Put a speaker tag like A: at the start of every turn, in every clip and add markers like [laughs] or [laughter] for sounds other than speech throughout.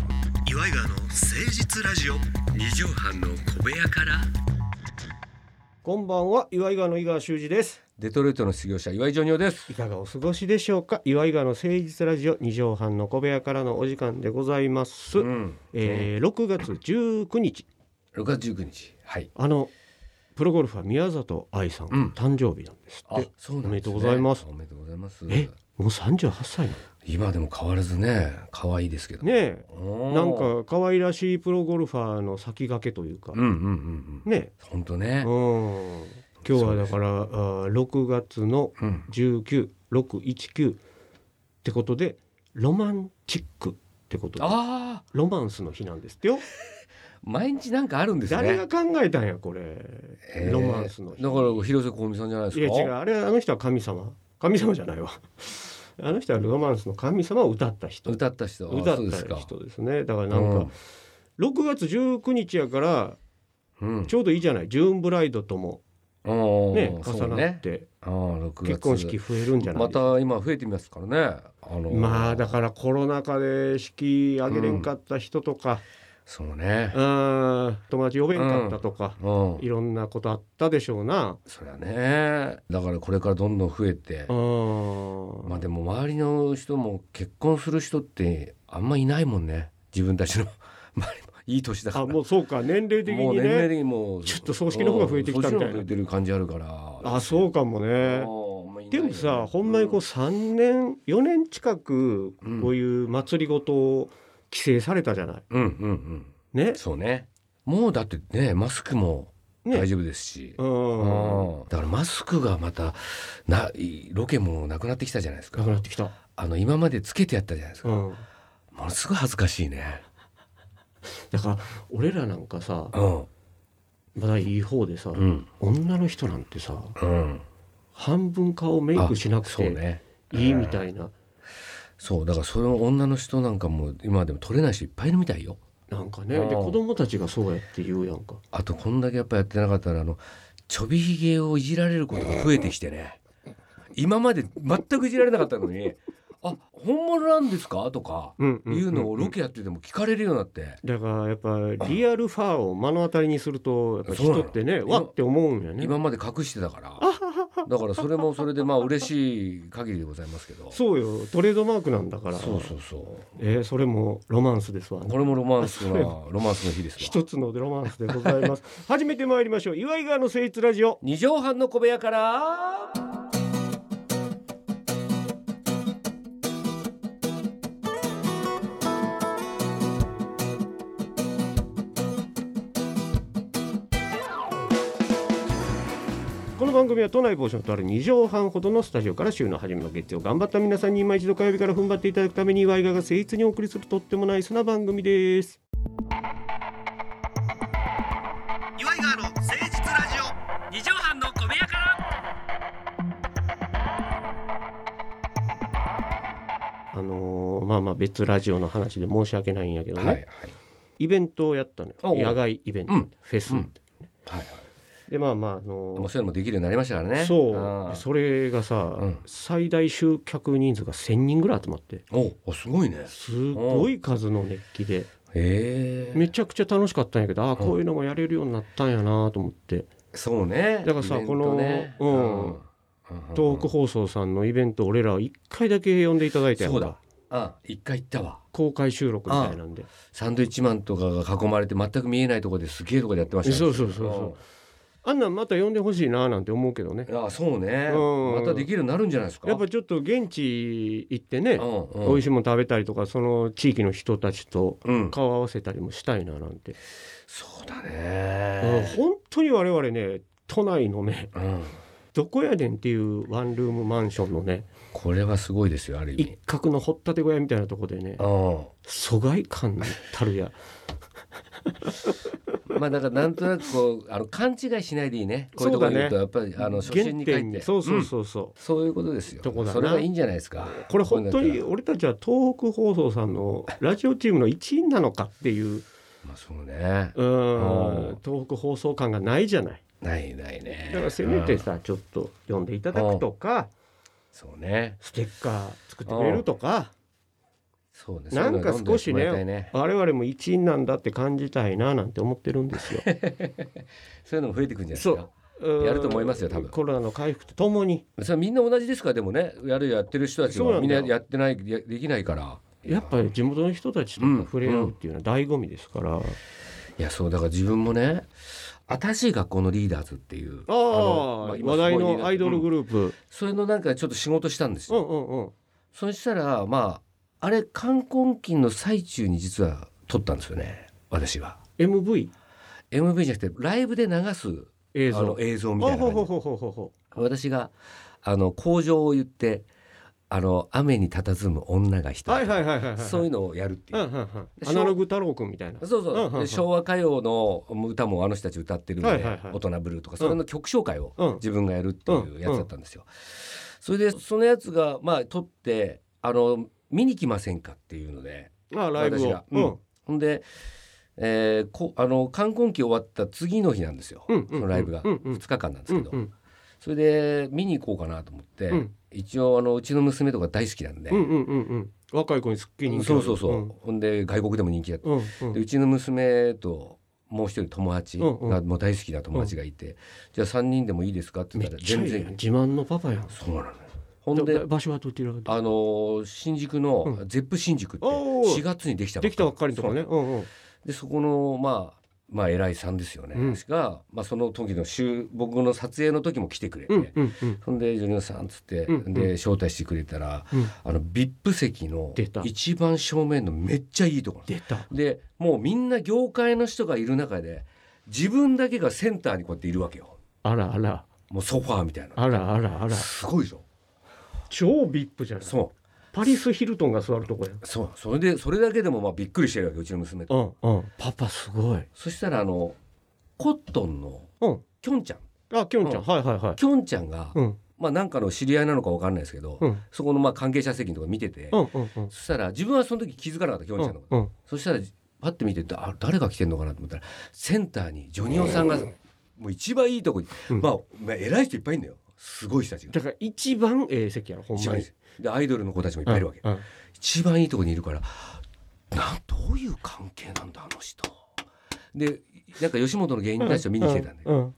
A: イガーの誠実ラジオ
B: 二畳半の小部屋から
C: こんばんは岩井川の井川修司です
B: デトロイトの失業者岩井ジョニオです
C: いかがお過ごしでしょうか岩井川の誠実ラジオ二畳半の小部屋からのお時間でございます、
B: ん
C: えー、6月19日
B: 6月19日はい
C: あのプロゴルファー宮里愛さん、
B: うん
C: 誕生日なんですっ
B: あ
C: て
B: そうな
C: お
B: ん
C: め
B: で
C: ですと
B: ね
C: うございます
B: おめでとうございます
C: えもう38歳な
B: 今でも変わらずね可愛いですけど
C: のねえ
B: おー
C: なんか可愛らしいプロゴルファーの先駆けというか、
B: うんうんうんうん
C: ね
B: 本当
C: う
B: ね
C: ん今日はだからあー6月の
B: うん
C: 19619ってことでロマンチックってことで
B: ああ
C: ロマンスの日なんですってよ、
B: 毎日なんかあるんですね
C: 誰が考えたんやこれ、
B: えー
C: ロマンスの日
B: だから広瀬香美さんじゃないです
C: い
B: か
C: や違うあれはあの人は神様神様じゃないわあの人はロマンスの神様を歌った人
B: 歌った人あ
C: 歌っ
B: そうです
C: た
B: か
C: 人ですねだからなんか、6月19日やから
B: うんうん
C: ちょうどいいじゃないジューンブライドとも
B: おー
C: ね
B: そ
C: 重
B: う
C: なって
B: あー6月
C: 結婚式増えるんじゃない
B: また今増えてみますからねあの
C: まあだからコロナ禍で式あげれんかった人とか、
B: そうね
C: うーん、友達呼べんかったとか、
B: うん
C: いろんなことあったでしょうな。
B: そりゃねだからこれからどんどん増えて
C: うーん
B: まあでも周りの人も結婚する人ってあんまいないもんね自分たちの [laughs] 周りもいい年だから
C: あもうそうか年齢的
B: もう
C: に
B: 年齢
C: ね
B: 的にもう
C: ちょっと葬式の方が増えてきたみたいな
B: うん葬式の方が増えてる感じあるから
C: あそうかもね。
B: ね
C: でもさほんまにこう3年4年近く
B: うん
C: こういう祭りごとを規制されたじゃない。
B: うんうんうん
C: ね。
B: そうねもうだってねマスクも
C: ね
B: 大丈夫ですし、
C: う
B: うん
C: ん。
B: だからマスクがまたないロケもなくなってきたじゃないです
C: な
B: か
C: くなってきた。
B: あの今までつけてやったじゃないですか、
C: うん。
B: ものすごい恥ずかしいね
C: だから俺らなんかさ
B: うん
C: まだいい方でさ、
B: うん
C: 女の人なんてさ
B: うん
C: 半分顔メイクしなく
B: そう
C: て
B: ね
C: いいみたいな、
B: そうだからその女の人なんかも今でも取れない人いっぱいいるみたいよ
C: なんかね
B: うん
C: で子供たちがそうやって言うやんか
B: あとこんだけやっぱやってなかったらあのちょびひげをいじられることが増えてきてね今まで全くいじられなかったのに「あ本物なんですか?」とか
C: うん
B: いうのをロケやってても聞かれるようになって
C: だからやっぱリアルファーを目の当たりにするとやっぱ
B: そうなの
C: 人ってね
B: 今
C: わって思うんやね
B: 今まで隠してたからだからそれもそれでまあ嬉しい限りでございますけど
C: そうよトレードマークなんだから
B: そうそうそう
C: えーそれもロマンスですわ
B: これもロマンスなロマンスの日ですわ
C: 一つのロマンスでございます [laughs] 始めてまいりましょう岩井川の誠実ラジオ
B: 二畳半の小部屋から
C: この番組は都内某所とある2畳半ほどのスタジオから週の初めの月曜頑張った皆さんに今一度火曜日から踏ん張っていただくために岩井川が誠実にお送りするとってもナイスな番組です
A: 岩井川の誠実ラジオ二畳半の小部屋から
C: あのーまあまあ別ラジオの話で申し訳ないんやけどね、
B: はいはい
C: イベントをやったのよ
B: おう
C: 野外イベント、
B: うん
C: フェス、
B: うんはいはい
C: でまあまああの
B: もうそういうのもできるようになりましたからね
C: そう
B: あ
C: それがさ、
B: うん
C: 最大集客人数が1,000人ぐらい集まって
B: おおすごいね
C: すごい数の熱気で
B: へえ
C: めちゃくちゃ楽しかったんやけどああこういうのもやれるようになったんやなと思って
B: そうね
C: だからさ
B: イベントね
C: この
B: うん
C: 東北放送さんのイベント俺ら1回だけ呼んでいただいたやんか
B: そうだうん一回行ったわ
C: 公開収録みたいなんで
B: サンドイッチマンとかが囲まれて全く見えないところですげえとこでやってましたね
C: そうそうそうそあんなんまた呼んでほしいななんて思うけどね
B: うんあそうね
C: うん
B: またできるようになるんじゃないですか
C: やっぱちょっと現地行って
B: う
C: ね
B: ん
C: 美
B: う
C: 味
B: ん
C: しいもの食べたりとかその地域の人たちと
B: うん
C: 顔合わせたりもしたいななんて
B: そうだ
C: うん
B: ね
C: 本当に我々ね都内のね
B: うん
C: どこやねんっていうワンルームマンションのね
B: これはすごいですよある意
C: 一
B: 味
C: 角の掘ったて小屋みたいなとこで
B: う
C: ね
B: ん
C: 疎外感たるや
B: まあだからなんとなくこうあの勘違いしないでいいね。こういうところにいるとやっぱりあの初心に帰
C: 原
B: って、
C: そうそうんそうそう、
B: そういうことですよ。
C: とこだな
B: それがいいんじゃないですか。
C: これ本当
B: こうい
C: に
B: うのだっ
C: 俺たちは東北放送さんのラジオチームの一員なのかっていう
B: たらまあそうね。
C: うー
B: うん
C: ん東北放送感がないじゃない
B: ないないね。
C: だからせめて
B: うん
C: さ、ちょっと読んでいただくとか
B: そうね。
C: ステッカー作ってくれるとか
B: そうね
C: なんか少し
B: そ
C: ね
B: ういうのは飲んでもらいたいね
C: 我々も一員なんだって感じたいななんて思ってるんですよ。
B: そういうのも増えてくんじゃないですかやると思いますよ多分
C: コロナの回復とともに
B: それはみんな同じですからでもねやるやってる人たち
C: そう
B: も
C: なん
B: みん
C: だ
B: な
C: よ
B: やってないやできないから
C: やっぱり地元の人たちと
B: うん
C: 触れ合うっていうのは醍醐味ですから、
B: いやそうだから自分もね新しい学校のリーダーズっていう
C: あ
B: の
C: あ、
B: まあ今
C: 話題
B: すごいリーダーズ
C: のアイドルグループ、
B: それのなんかちょっと仕事したんです
C: うん、
B: よ、
C: うんうん
B: そしたらまああれ冠婚金の最中に実は撮ったんですよね私は
C: MV
B: MV じゃなくてライブで流す
C: 映
B: あの
C: 像
B: 映像み
C: ほ
B: たいうな
C: ほう
B: 感
C: ほう
B: じ
C: ほうほうほ
B: 私があの工場を言ってあの雨に佇む女が一
C: う
B: 人、
C: はいはいはいはいはい
B: そういううのをやるっていうう、
C: んうんうんアナログ太郎くんみたいな
B: そうそう,
C: うん
B: で、
C: うんうん
B: 昭和歌謡の歌もあの人たち歌ってるんで、
C: はいはいはい
B: 大人ブルーとかそれの曲紹介を
C: うん
B: 自分がやるっていうやつだったんですよ。それでそのやつがまあ撮ってあの見に来ませんかっていうので
C: あライブ
B: 私
C: を
B: がうんほんで、えーこあの冠婚期終わった次の日なんですよ、
C: うんうん
B: そのライブが
C: うんうん
B: 2日間なんです
C: うん
B: けど、
C: うん
B: それで見に行こうかなと思って、
C: うん
B: 一応あのうちの娘とか大好きなんで、
C: うんうんうんうん若い子にすっげえ人気
B: そうそうそう、
C: うん
B: ほんで外国でも人気だった
C: うんうん
B: でうちの娘ともう一人友達
C: うんうん
B: がもう大好きな友達がいて、じゃあ3人でもいいですかって
C: め
B: 言っ
C: った
B: ら
C: ちゃ
B: 全
C: いいやん
B: 然
C: 自慢のパパやん
B: そうなのよほんで
C: だ場所はどちらで
B: あのー新宿の
C: う
B: ゼップ新宿って
C: おー
B: 4月にできた
C: できたばっかりのとかね
B: そう
C: うんうん
B: でそこのまあまあ偉いさんですよね、
C: うん
B: が、まあ、その時の週僕の撮影の時も来てくれて、
C: うんうんうん
B: ほんでジョニオさんっつって、
C: うんうん
B: で招待してくれたら
C: うん
B: あの VIP 席の
C: 出た
B: 一番正面のめっちゃいいところ
C: 出た
B: でもうみんな業界の人がいる中で自分だけがセンターにこうやっているわけよ
C: あらあら
B: もうソファーみたいな
C: あらあらあら
B: すごいでしょ
C: 超ビップじゃない
B: そ
C: パリス・ヒルトンが座るとこやん
B: うそうそれでそれだけでもまあびっくりしてるわけうちの娘と
C: うんうんパパすごい
B: そしたらあのコットンの
C: うん
B: きょんちゃん
C: あきょんちゃん
B: う
C: はいはいはい
B: きょんちゃんが、
C: うん
B: まあなんかの知り合いなのかわかんないですけど、
C: うん
B: そこのまあ関係者席のとこ見てて、
C: うんうんうん
B: そしたら自分はその時気づかなかったきょんちゃんのこと、
C: うん
B: そしたらパッて見ててあ誰が来てんのかなと思ったらセンターにジョニオさんがもう一番いいとこに、
C: うん
B: まあ、まあ偉い人いっぱいいるんだよすごい人たちが
C: だから一番ええ席やろほん
B: 一
C: ま
B: 番い
C: に
B: いでアイドルの子たちもいっぱいいるわけ、
C: うんうん
B: 一番いいとこにいるからなんどういう関係なんだあの人でなんか吉本の芸人たちを見に来てたんだよ、
C: うんうん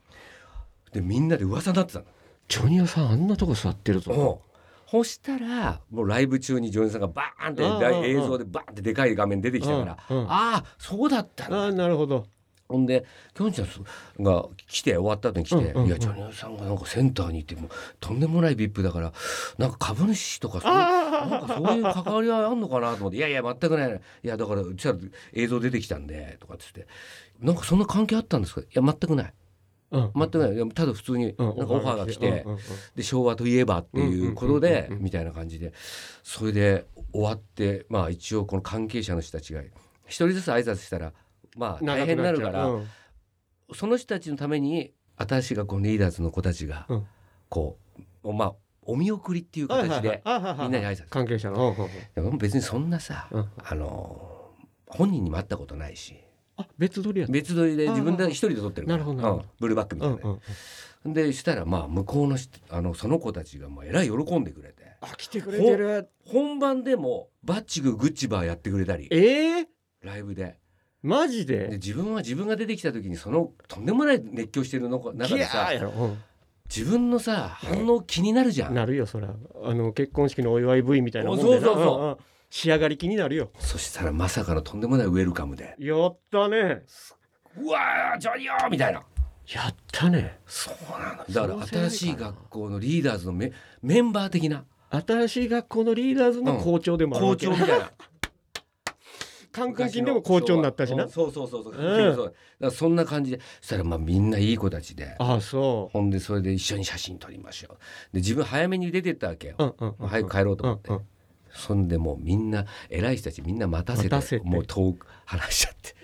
B: でみんなで噂になってたんだ
C: ジョニオさんあんなとこ座ってるぞ
B: うんそしたらもうライブ中にジョニオさんがバーンって
C: うんうんうん
B: 映像でバーンってでかい画面出てきたから、
C: うんうん
B: ああそうだったんだ
C: ああなるほど
B: ほんできょんちゃんが来て終わった後に来て「
C: うんうんうん
B: いやジョニオさんがなんかセンターにいてもうとんでもない VIP だからなんか株主とかそういうなんかそういう関わりはあんのかなと思って「いやいや全くないいやだからうちは映像出てきたんで」とかっつって「なんかそんな関係あったんですか?」いや全くない
C: うん
B: 全くないいやただ普通に
C: う
B: なんんかオファーが来て。
C: うんうん
B: で昭和といえばっていうこと
C: うんうんうん
B: で
C: うんうん
B: みたいな感じでそれで終わってまあ一応この関係者の人たちが一人ずつ挨拶したらまあ大変になるから
C: うん
B: その人たちのために新しい学校のリーダーズの子たちが
C: うん
B: こうまあお見送りっていう形で
C: はいはいはい
B: みんなに挨拶
C: 関係者のうんうんうん
B: でも別にそんなさ
C: うん
B: あの本人にも会ったことないし
C: あ別撮りやった
B: 別撮りで自分で
C: ああ
B: 一人で撮ってるから
C: なるほどなるほど
B: うんブルーバックみた
C: う
B: い
C: ん
B: な
C: う
B: ね
C: ん
B: でしたらまあ向こうの人あのその子たちがもうえらい喜んでくれて。
C: あ来てくれてる
B: 本番でもバッチグーグッチバーやってくれたり
C: ええ
B: ライブで
C: マジ
B: で
C: で
B: 自分は自分が出てきた時にそのとんでもない熱狂してるの中
C: ギ
B: で
C: ャ
B: さ
C: ーやろうん
B: 自分のさ反応気になるじゃん
C: なるよそらあの結婚式のお祝い V みたいなもんでな
B: そうそうそうん
C: ん仕上がり気になるよ
B: そしたらまさかのとんでもないウェルカムで
C: やったね
B: 「うわージョニオ!」みたいな
C: やったね
B: そうなのだから
C: そうじゃないかな
B: 新しい学校のリーダーズのメメンバー的な
C: 新しい学校のリーダーズの校長でもある
B: 校
C: わけ
B: 長みたいな
C: 観光金でも校長になったしな
B: うんそうそうそうそう,、
C: うん
B: そうだからそんな感じでそしたらまあみんないい子たちで
C: ああそ
B: ほんでそれで一緒に写真撮りましょうで自分早めに出てったわけよ
C: う、うんうんうん
B: 早く帰ろうと思って、
C: うんうん
B: そんでもうみんな偉い人たちみんな待たせて
C: 待たせて
B: もう遠く話しちゃって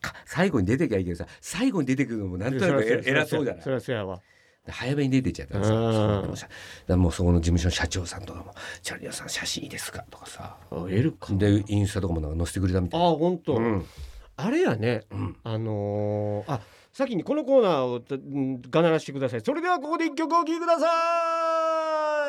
B: か最後に出てきゃいいけどさ最後に出てくるのもなんとなくえ偉そうじゃない
C: そりゃそうやわ
B: で早めに出てっちゃったからさ
C: うん
B: そうでもさだからもうそこの事務所の社長さんとかも「チャリアさん写真いいですか?」とかさ
C: えるか
B: でインスタとかもなんか載せてくれたみ
C: あ
B: たいな。
C: 本当、
B: うん
C: あれやね
B: うん
C: あのー、あ先にこのコーナーをんがならしてくださいそれではここで一曲お聴きください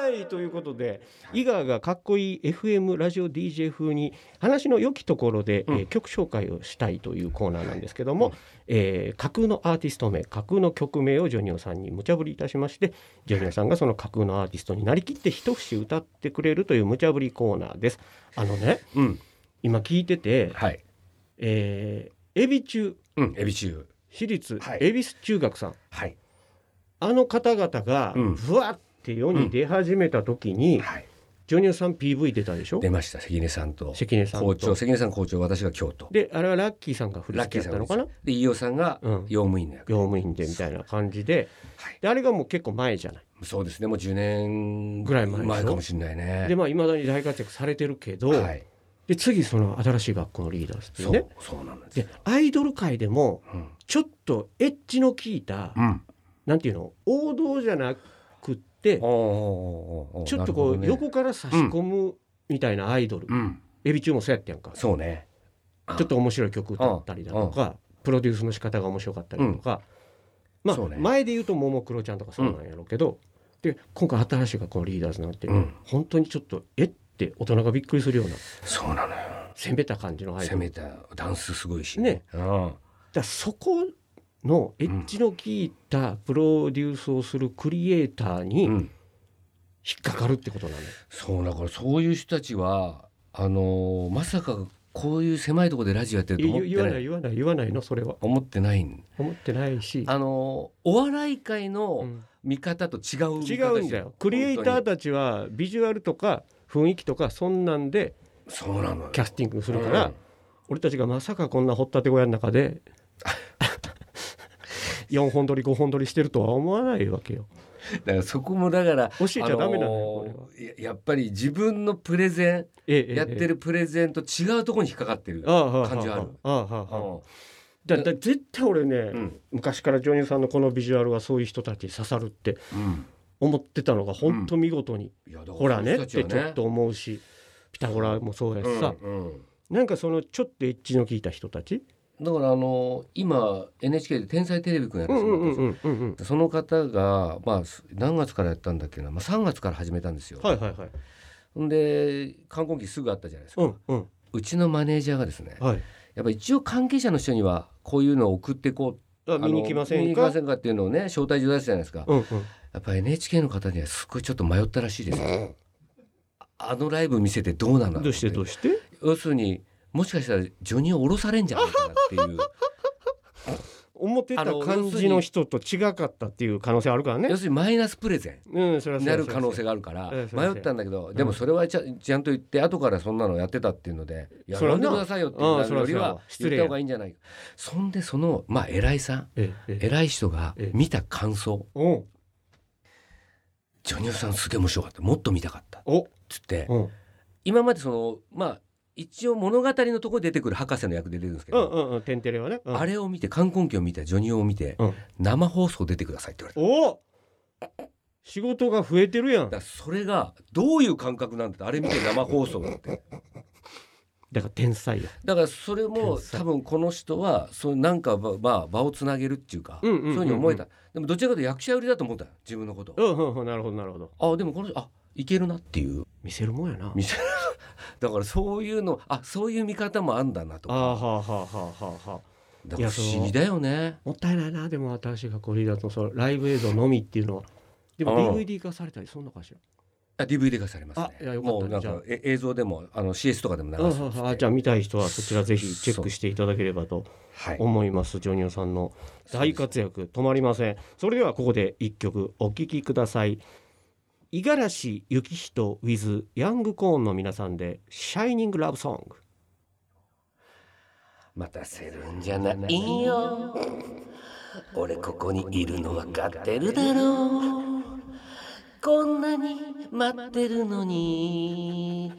C: はいということで井川がかっこいい FM ラジオ DJ 風に話の良きところで、
B: うん
C: えー曲紹介をしたいというコーナーなんですけども、えー架空のアーティスト名架空の曲名をジョニオさんに無茶ぶりいたしましてジョニオさんがその架空のアーティストになりきって一節歌ってくれるという無茶ぶりコーナーです。あのね
B: うん
C: 今聞いてて、
B: はい
C: えー、エビ中
B: うんエビ中
C: 私立
B: はい
C: 恵比寿中学さん、
B: はい
C: あの方々が
B: うん
C: ふわって世に出始めた時に、
B: はい
C: ジョニオさん PV 出たでしょ
B: 出ました関根さんと
C: 関根さんと
B: 校長関根さん校長私が京都
C: であれはラッキーさんが振り
B: ラッキ
C: 付
B: ー
C: けや
B: さ
C: っ
B: ん
C: た
B: が
C: のかな
B: で飯尾さんが
C: うん
B: 用務員の役、
C: 業務員でみたいな感じで
B: はい、
C: であれがもう結構前じゃない。
B: そうですねもう10年
C: ぐらい前でしょ
B: かもしれないね
C: でまあいまだに大活躍されてるけど、
B: はい
C: で次その新しい学校のリーダーズってい
B: そうう、
C: ね
B: そうなんです
C: でアイドル界でも
B: うん、
C: ちょっとエッジの効いた、
B: うん、
C: なんていうの王道じゃなくって
B: おーおーおーおー
C: ちょっとこう、
B: なるほどね
C: 横から差し込むみたいなアイドル、
B: うん
C: エビ中もそうやってやんかち
B: そうね
C: ょっと面白い曲歌ったりだとかプロデュースの仕方が面白かったりとか、まあ、
B: そうね
C: 前で言うとももクロちゃんとかそうなんやろうけど、で今回新しい学校のリーダーズなんて、
B: うん
C: 本当にちょっとえって大人がびっくりするような
B: そうなのよ
C: 攻めた感じのアイド
B: 攻
C: ル
B: めたダンスすごいし
C: ね
B: うん
C: だからそこのエッジの効いたプロデュースをするクリエイターに
B: う
C: 引
B: ん
C: っかかるってことなの、
B: そうだからそういう人たちはあのーまさかこういう狭いところでラジオやってると思っ
C: い言
B: て
C: わ
B: な
C: ない
B: い
C: 言わない言わないのそれは
B: 思ってないん
C: 思ってないし、
B: あのーお笑い界
C: う
B: の
C: ん
B: 見方と違う見方
C: 違うんだよクリエイター
B: 本
C: たちはビジュアルとか雰囲気とかそんなんで
B: 当にそうなのよ
C: キャスティングするから、
B: うん
C: 俺たちがまさかこんな掘ったて小屋の
B: [laughs]
C: 中で4本撮り5本撮りしてるとは思わないわけよ
B: だからそこもだから
C: 教えちゃダメなのよ、
B: あ
C: こ
B: のーややっぱり自分のプレゼン、
C: れはええええ
B: やってるプレゼンと違うところに引っかかってる
C: ああああ
B: 感じはある
C: ああああああ
B: う
C: だだ絶対俺ね、
B: ん
C: 昔からジョニーさんのこのビジュアルはそういう人たちに刺さるって
B: うん
C: 思ってたのが本当見事に、
B: いやだから
C: ほらね
B: そう
C: っ
B: い
C: て
B: う人
C: ち
B: た
C: ょっと思うしピタゴラもそうや
B: はね
C: しさ、
B: うんうん
C: なんかそのちょっとエッジの効いた人たち
B: だからあの今 NHK で「天才テレビくん」やって
C: う
B: る人がい
C: んうん
B: て
C: うんうんうんうん
B: その方が、まあ、す何月からやったんだっけな、まあ、3月から始めたんですよ。
C: はいはいはい
B: んで観光期すぐあったじゃないですか、
C: う
B: うん
C: うん
B: ちのマネージャーがですね
C: はい
B: やっぱ一応関係者の人にはこういうのを送ってこう
C: あ
B: あの
C: 見に来ませ
B: 見
C: ん
B: に来
C: か
B: ませんかっていうのをね招待状出したじゃないですか、
C: うんうん
B: やっぱ NHK の方にはすごいちょっと迷ったらしいですよあのライブ見せてどうなんだろ
C: どうしてどうして
B: 要するにもしかしたらジョニーを降ろされんじゃないかなって
C: [laughs]
B: いう
C: 思ってた感じの人と違かったっていう可能性あるからね
B: 要するにマイナスプレゼン
C: うんそれは
B: なる可能性があるから
C: そうそうそう
B: 迷ったんだけどでもそれはちゃちゃんと言って後からそんなのやってたっていうので「いや
C: そら
B: や
C: なん
B: でくださいよ」っていうのより
C: うん
B: は言
C: そらそう
B: っ
C: やわ
B: た方がいいんじゃないかそんでそのまあ偉いさん
C: ええええ
B: 偉い人が
C: ええ
B: 見た感想
C: おう
B: 「ジョニオさんすげえ面白かったもっと見たかった」っ
C: お
B: つって
C: うん
B: 今までそのまあ一応物語のところ出てくる博士の役で出てるんですけ
C: うん
B: ど
C: うんうん天てれはねうん
B: あれを見て冠婚記を見てジョニオを見て
C: うん
B: 生放送出てくださいって言われた。
C: おお仕事が増えてるや
B: だ
C: ん
B: からそれがどういう感覚なんだってあれ見て生放送だって
C: だから天才や
B: だからそれも
C: 天才
B: 多分この人はそうなんかば、まあ、場をつなげるっていうか、
C: うんうんうんうん
B: そういうふうに思えたでもどちらかというと役者寄りだと思ったよ自分のこと、
C: うんうんうんなるほどなるほど
B: あでもこの人あいけるなっていう
C: 見せるもんやな
B: 見せだからそういうのあそういう見方もあんだなと
C: あ
B: か
C: あはあはあはあはあはあ
B: だから不思議だよね
C: もったいないなでも新しい学校リーダーとそのライブ映像のみっていうのはでも
B: うん
C: DVD 化されたりそんなかしら
B: あ DVD 化されますね
C: あいやよかった
B: もうなん
C: じゃあ
B: かえ映像でもあの CS とかでも
C: あ
B: 流
C: は
B: すんですね
C: あはあじゃあ見たい人はそちらぜひチェックしていただければと
B: はい
C: 思いますジョニオさんの大活躍止まりませんそれではここで一曲お聴きください五十嵐幸人 with ヤングコーンの皆さんで「シャイニングラブソング」
B: 待たせるんじゃないよ俺ここにいるの分かってるだろうこんなに待ってるのに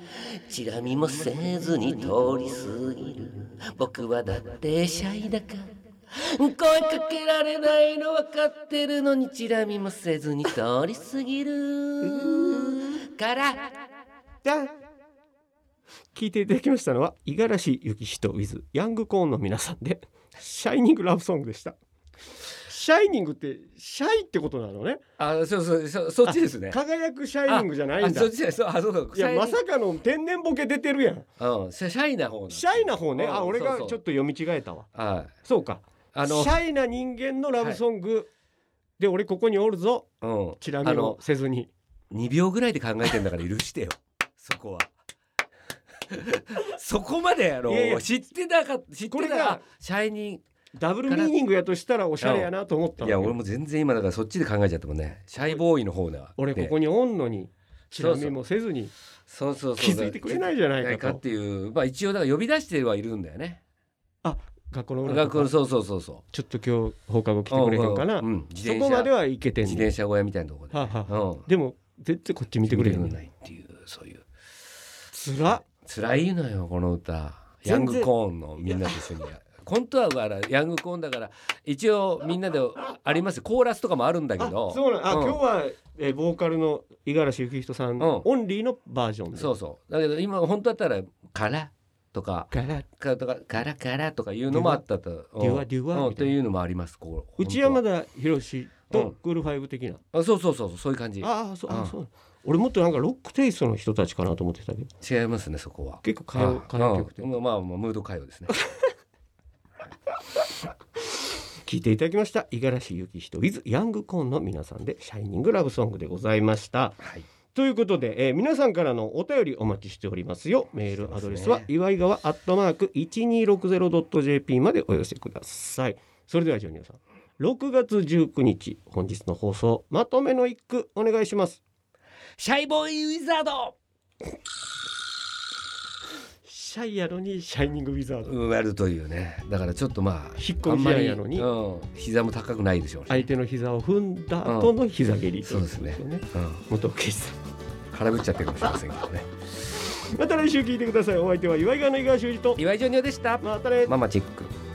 B: チラ見もせずに通り過ぎる僕はだってシャイだから声かけられないの分かってるのにチラ見もせずに通り過ぎるから
C: 聞いていただきましたのは五十嵐幸人 with ヤングコーンの皆さんで「シャイニングラブソング」でした。シャイニングってシャイってことなのね
B: あそうそうそそっちですね
C: 輝くシャイニングじゃない
B: あ
C: んだ
B: そっちですあそうだ
C: いやまさかの天然ボケ出てるやん
B: うんシャシャイな方なんです
C: シャイな方ねあ
B: うん
C: 俺がちょ
B: そ
C: っ
B: う
C: と
B: そう
C: 読み違えたわ
B: はい
C: そうか
B: あの
C: シャイな人間のラブソング、で俺ここにおるぞ
B: うん
C: チラ見
B: あ
C: を
B: の
C: せずに
B: 2秒ぐらいで考えてんだから許してよそこは [laughs] そこまであの
C: いやいや
B: 知ってなかった知っ
C: これ
B: て
C: が
B: たらシャイニ
C: ダブルミーニングやとしたらおしゃれやなと思った
B: ー
C: の
B: いや
C: よ
B: 俺も全然今だからそっちで考えちゃったもんねシャイボーイの方だ
C: 俺
B: で
C: ここにおんのにチラ見もせずに
B: そうそうそう
C: 気づいてくれないじゃないか
B: っ
C: と
B: ていうまあ一応だから呼び出してはいるんだよね
C: 学校の裏
B: 学
C: と
B: 校
C: か
B: そうそうそうそう
C: ちょっと今日放課後来てくれへんかな、
B: うん、自
C: そ
B: 転車
C: こまではいけてん
B: 自
C: ねん
B: 転車小屋みたいなところで、
C: はあはあ
B: うん、
C: でも絶対こっち見てくれへん
B: ないっていうそういう
C: つらっ
B: 辛いのよこの歌ヤン
C: 全
B: グ
C: 然
B: コーンのみんなと一緒にや本当はだからヤングコーンだから一応みんなでありますコーラスとかもあるんだけ
C: あ
B: ど
C: そうなんあ、
B: うん
C: 今日は、えーボーカルの五十嵐幸人さん、
B: ん
C: オンリーのバージョンで
B: そううそうだけど今本当だったら「から」とか
C: から
B: 「か」とか「からから」とかいうのもあったと「
C: デュアデュア
B: うん
C: み
B: うん
C: た
B: と
C: いな
B: いうのもありますこう
C: 内山
B: 本
C: 田博士
B: う
C: と
B: ん
C: クールファイブ的な、
B: 当はあそうそうそうそうそういう感じ
C: ああそうあ
B: う
C: あ
B: ん
C: そう俺もっとなんかロックテイストの人たちかなと思ってたけど
B: 違いますねそこは
C: 結構歌謡歌謡曲って
B: うんまあまあムード歌謡ですね
C: 聞いていただきました五十嵐幸人 with ヤングコーンの皆さんで「シャイニングラブソング」でございました。
B: はい
C: ということで、えー皆さんからのお便りお待ちしておりますよメールアドレスは、
B: そうです
C: 岩井川アットマーク 1260.jp までお寄せくださいそれではジョニオさん6月19日本日の放送まとめの一句お願いします
B: シャイボーイウィザード
C: シャイやのにシャイニングウィザード
B: 埋まるというねだからちょっとまあ
C: 引っ込み思案やのに
B: あんまりうん、膝も高くないでしょうね、
C: 相手の膝を踏んだ後の膝蹴り、
B: そうですね
C: ということですよ
B: うん、
C: 元圭さん
B: 空振っちゃってるかもしれませんけどね
C: また来週聞いてくださいお相手は岩井川の井川修司と
B: 岩井ジョニオでした
C: またね
B: ママチェック